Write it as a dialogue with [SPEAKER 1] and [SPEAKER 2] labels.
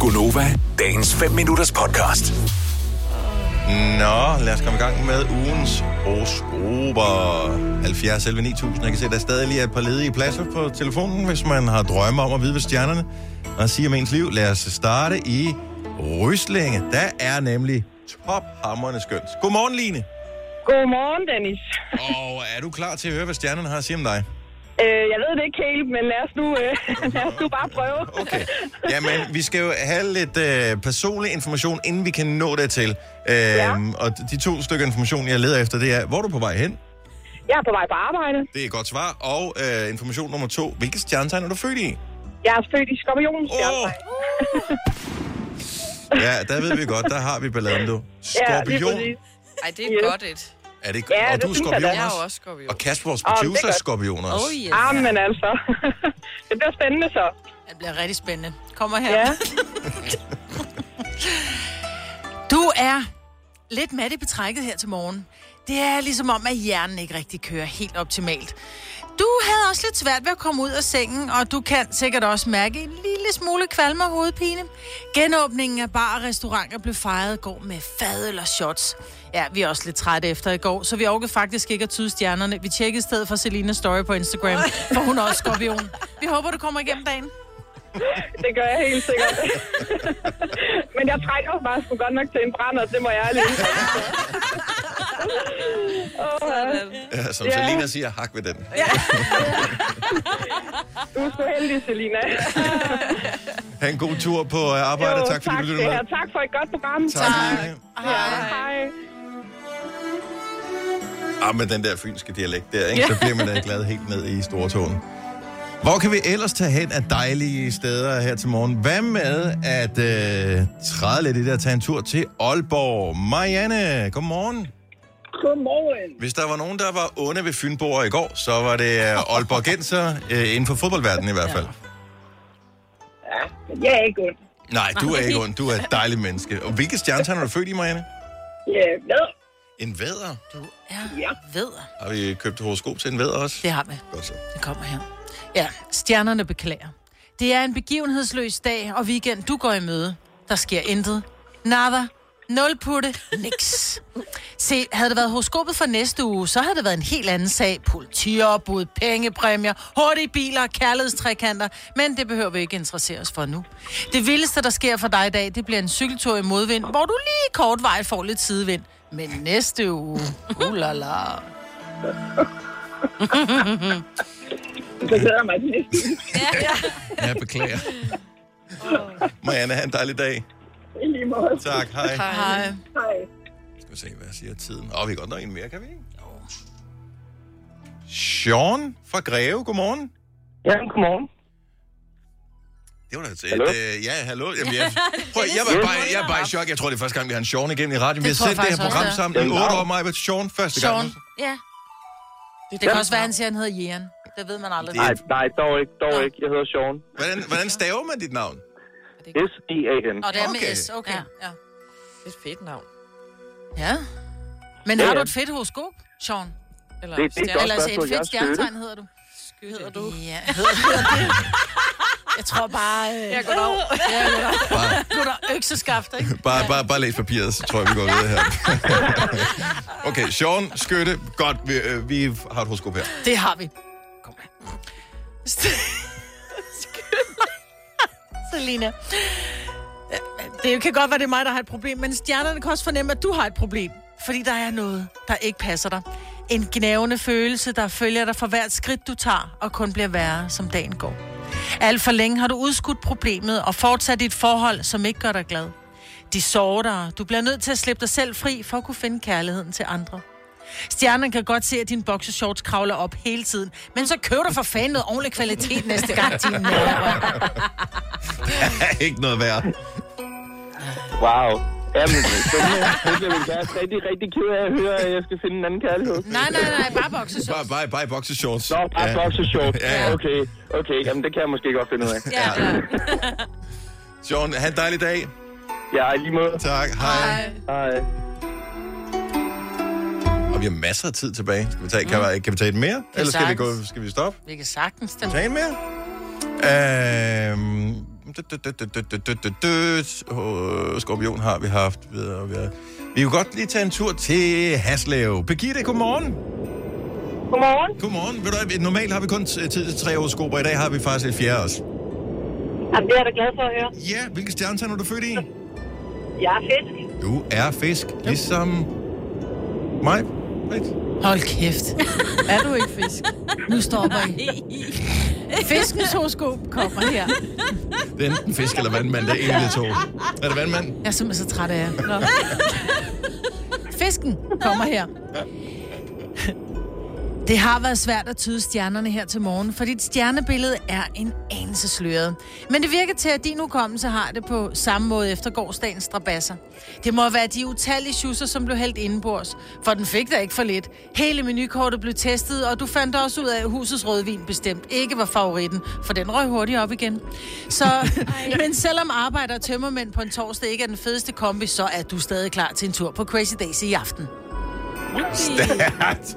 [SPEAKER 1] Gunova, dagens 5 minutters podcast.
[SPEAKER 2] Nå, lad os komme i gang med ugens årsgruber. 70 11 9000. Jeg kan se, der stadig lige er et par ledige pladser på telefonen, hvis man har drømme om at vide, hvad stjernerne og sige om ens liv. Lad os starte i Ryslinge. Der er nemlig tophammerende skønt. Godmorgen, Line.
[SPEAKER 3] Godmorgen, Dennis.
[SPEAKER 2] Og er du klar til at høre, hvad stjernerne har at sige om dig?
[SPEAKER 3] Øh, jeg ved det ikke helt, men lad os nu, øh, lad os nu bare prøve.
[SPEAKER 2] Okay. Jamen, vi skal jo have lidt øh, personlig information, inden vi kan nå dertil. Øh, ja. Og de to stykker information, jeg leder efter, det er, hvor er du på vej hen?
[SPEAKER 3] Jeg er på vej på arbejde.
[SPEAKER 2] Det er et godt svar. Og øh, information nummer to, hvilket stjernetegn er du født i?
[SPEAKER 3] Jeg er født i Skorpionen.
[SPEAKER 2] Åh! Ja, der ved vi godt, der har vi balladen, du. Skorpion.
[SPEAKER 4] Ej, det er
[SPEAKER 3] Yes.
[SPEAKER 4] godt et.
[SPEAKER 2] er det,
[SPEAKER 3] Ja,
[SPEAKER 2] og
[SPEAKER 3] det
[SPEAKER 2] du er
[SPEAKER 3] synes jeg da.
[SPEAKER 2] skorpion
[SPEAKER 4] Jeg er jo
[SPEAKER 2] også?
[SPEAKER 4] også skorpion.
[SPEAKER 2] Og Kasper, vores
[SPEAKER 3] Åh, men det er
[SPEAKER 2] producer, er
[SPEAKER 3] godt.
[SPEAKER 2] skorpion også.
[SPEAKER 4] Oh, yes.
[SPEAKER 3] Ah, men altså. det bliver spændende så.
[SPEAKER 5] Det bliver rigtig spændende. Kommer her.
[SPEAKER 3] Ja.
[SPEAKER 5] Ja. Du er lidt mat i betrækket her til morgen. Det er ligesom om, at hjernen ikke rigtig kører helt optimalt. Du havde også lidt svært ved at komme ud af sengen, og du kan sikkert også mærke en lille smule kvalme og hovedpine. Genåbningen af bar og restauranter blev fejret i går med fad eller shots. Ja, vi er også lidt trætte efter i går, så vi orkede faktisk ikke at tyde stjernerne. Vi tjekkede i stedet for Selinas story på Instagram, for hun er også skorpion. Vi håber, du kommer igennem dagen.
[SPEAKER 3] Det gør jeg helt sikkert. men jeg trækker jo bare sgu godt nok til en brænder, det må jeg lige.
[SPEAKER 2] Ja, som
[SPEAKER 3] Ja.
[SPEAKER 2] Selina siger, hak ved den.
[SPEAKER 3] Du er så heldig, Selina.
[SPEAKER 2] Ha' en god tur på øh, arbejde. tak fordi du
[SPEAKER 3] tak,
[SPEAKER 2] lyttede
[SPEAKER 3] skal I
[SPEAKER 2] med.
[SPEAKER 3] have. tak for et godt program.
[SPEAKER 2] Tak. Line.
[SPEAKER 3] Ja, hej.
[SPEAKER 2] Ah, men den der fynske dialekt der, ikke? Så bliver man da glad helt ned i stortåen. Hvor kan vi ellers tage hen af dejlige steder her til morgen? Hvad med at øh, træde lidt i det og tage en tur til Aalborg? Marianne, godmorgen.
[SPEAKER 3] Godmorgen.
[SPEAKER 2] Hvis der var nogen, der var onde ved Fynborg i går, så var det øh, Aalborgenser, øh, inden for fodboldverdenen i hvert fald.
[SPEAKER 3] Ja, men jeg er ikke ond.
[SPEAKER 2] Nej, du er ikke ond. Du er et dejligt menneske. Og hvilke stjernetegn er du født i, Marianne?
[SPEAKER 3] Ja, ved.
[SPEAKER 2] En væder.
[SPEAKER 5] Du er
[SPEAKER 3] Ja.
[SPEAKER 5] ved.
[SPEAKER 2] Har vi købt horoskop til en væder også?
[SPEAKER 5] Det har vi.
[SPEAKER 2] Godt så.
[SPEAKER 5] Det kommer her. Ja, stjernerne beklager. Det er en begivenhedsløs dag og weekend, du går i møde. Der sker intet. Nada. Nul putte. Niks. Se, havde det været horoskopet for næste uge, så havde det været en helt anden sag. Politiopbud, pengepræmier, hurtige biler og kærlighedstrækanter. Men det behøver vi ikke interessere os for nu. Det vildeste, der sker for dig i dag, det bliver en cykeltur i modvind, hvor du lige kort vej får lidt sidevind. Men næste uge, uh la la.
[SPEAKER 3] Så glæder jeg mig til næste uge.
[SPEAKER 2] Jeg beklager. Marianne, have en dejlig dag.
[SPEAKER 3] I lige måde.
[SPEAKER 2] Tak, hej. hej.
[SPEAKER 5] Hej.
[SPEAKER 3] Hej.
[SPEAKER 2] Skal vi se, hvad siger tiden? Åh, vi er godt nok en mere, kan vi ikke? Sean fra Greve, godmorgen.
[SPEAKER 3] Ja, godmorgen.
[SPEAKER 2] Det var da et...
[SPEAKER 6] Hallo?
[SPEAKER 2] Øh, ja, hallo. Jamen, jeg, prøv, jeg, var bare, jeg var bare i chok. Jeg tror, det er første gang, vi har en Sean igennem i radioen. Vi har
[SPEAKER 5] Det tror
[SPEAKER 2] sendt
[SPEAKER 5] jeg
[SPEAKER 2] det her
[SPEAKER 5] faktisk
[SPEAKER 2] program
[SPEAKER 5] også,
[SPEAKER 2] sammen i
[SPEAKER 6] Ja.
[SPEAKER 2] 8 år, Maja. Sean første gang.
[SPEAKER 5] Sean. Ja. Det, det kan også være, han siger, han hedder Jæren. Det ved man aldrig.
[SPEAKER 2] Det-
[SPEAKER 6] Nej, nej, dog ikke, dog ikke. Jeg hedder Sean. E
[SPEAKER 2] Hvordan, hvordan staver man dit navn?
[SPEAKER 6] S-E-A-N.
[SPEAKER 5] Og det er
[SPEAKER 2] Okay.
[SPEAKER 5] med S. Okay. Ja.
[SPEAKER 4] Det er et fedt navn.
[SPEAKER 5] ja. Men
[SPEAKER 6] Ja,
[SPEAKER 5] har
[SPEAKER 6] ja.
[SPEAKER 5] du et fedt horoskop, Sean?
[SPEAKER 4] Eller,
[SPEAKER 6] Det- det er
[SPEAKER 4] stjerne-
[SPEAKER 6] godt.
[SPEAKER 5] Eller altså et
[SPEAKER 6] spørgsmål. Jeg er
[SPEAKER 5] fedt stjernetegn
[SPEAKER 6] støtte.
[SPEAKER 5] hedder du?
[SPEAKER 4] Sky hedder du.
[SPEAKER 5] Ja, hedder det. Jeg tror bare... Øh,
[SPEAKER 4] Jeg går over.
[SPEAKER 5] ja,
[SPEAKER 2] Bare,
[SPEAKER 5] du er der økseskaft, ikke?
[SPEAKER 2] bare, bare, bare læs papiret, så tror jeg, vi går videre her. okay, Sean, skytte. Godt, vi, øh, vi har et horoskop her.
[SPEAKER 5] Det har vi. Kom med. Selina. Det kan godt være, det er mig, der har et problem, men stjernerne kan også fornemme, at du har et problem. Fordi der er noget, der ikke passer dig. En gnævende følelse, der følger dig for hvert skridt, du tager, og kun bliver værre, som dagen går. Alt for længe har du udskudt problemet og fortsat dit forhold, som ikke gør dig glad. De sårer dig. Du bliver nødt til at slippe dig selv fri for at kunne finde kærligheden til andre. Stjernen kan godt se, at dine boxershorts kravler op hele tiden. Men så køb dig for fanden noget ordentlig kvalitet næste gang, din nærmere.
[SPEAKER 2] Ikke noget værd.
[SPEAKER 6] Wow. Jamen, det jeg vil være rigtig, rigtig ked af at høre, at jeg skal finde en anden kærlighed.
[SPEAKER 5] Nej, nej, nej, bare boxershorts.
[SPEAKER 2] Bare, bare, bare i boxershorts.
[SPEAKER 6] Nå, bare
[SPEAKER 2] Ja.
[SPEAKER 6] boxershort.
[SPEAKER 2] Ja, ja.
[SPEAKER 6] Okay, okay. Jamen, det kan jeg måske godt finde ud af.
[SPEAKER 5] Ja, ja.
[SPEAKER 2] Sean, have en dejlig dag.
[SPEAKER 6] Ja, i lige måde.
[SPEAKER 2] Tak, hej. hej.
[SPEAKER 6] Hej.
[SPEAKER 2] Og vi har masser af tid tilbage. Skal vi tage, kan, vi, kan vi tage et mere? Eller skal vi, gå,
[SPEAKER 5] sagtens.
[SPEAKER 2] skal vi stoppe?
[SPEAKER 5] Vi kan sagtens den.
[SPEAKER 2] Tage en mere? Øhm, Dødt, dødt, dødt, dødt, dødt, dødt, dødt, dødt. Åh, Skorpion har vi haft. Videre, og videre. Vi kan godt lige tage en tur til Haslev. Birgitte, godmorgen.
[SPEAKER 3] Godmorgen.
[SPEAKER 2] Godmorgen. Ved du, hvad, normalt har vi kun t- tid til tre horoskoper. I dag har vi faktisk et fjerde også.
[SPEAKER 3] Jamen, det er jeg da glad for at høre.
[SPEAKER 2] Ja, hvilke stjernetegn er du født i?
[SPEAKER 3] Jeg er fisk.
[SPEAKER 2] Du er fisk, ligesom mig. Right.
[SPEAKER 5] Hold kæft. Er du ikke fisk? Nu stopper I. Fiskens horoskop kommer her.
[SPEAKER 2] Det er enten fisk eller vandmand, det er en af de to. Er det vandmand?
[SPEAKER 5] Jeg er simpelthen så træt af jer. Nå. Fisken kommer her. Det har været svært at tyde stjernerne her til morgen, for dit stjernebillede er en anelse sløret. Men det virker til, at din hukommelse har det på samme måde efter gårdsdagens strabasser. Det må være de utallige schusser, som blev hældt indenbords, for den fik der ikke for lidt. Hele menukortet blev testet, og du fandt også ud af, at husets rødvin bestemt ikke var favoritten, for den røg hurtigt op igen. Så, men selvom arbejder og tømmermænd på en torsdag ikke er den fedeste kombi, så er du stadig klar til en tur på Crazy Days i aften.
[SPEAKER 2] Stærkt.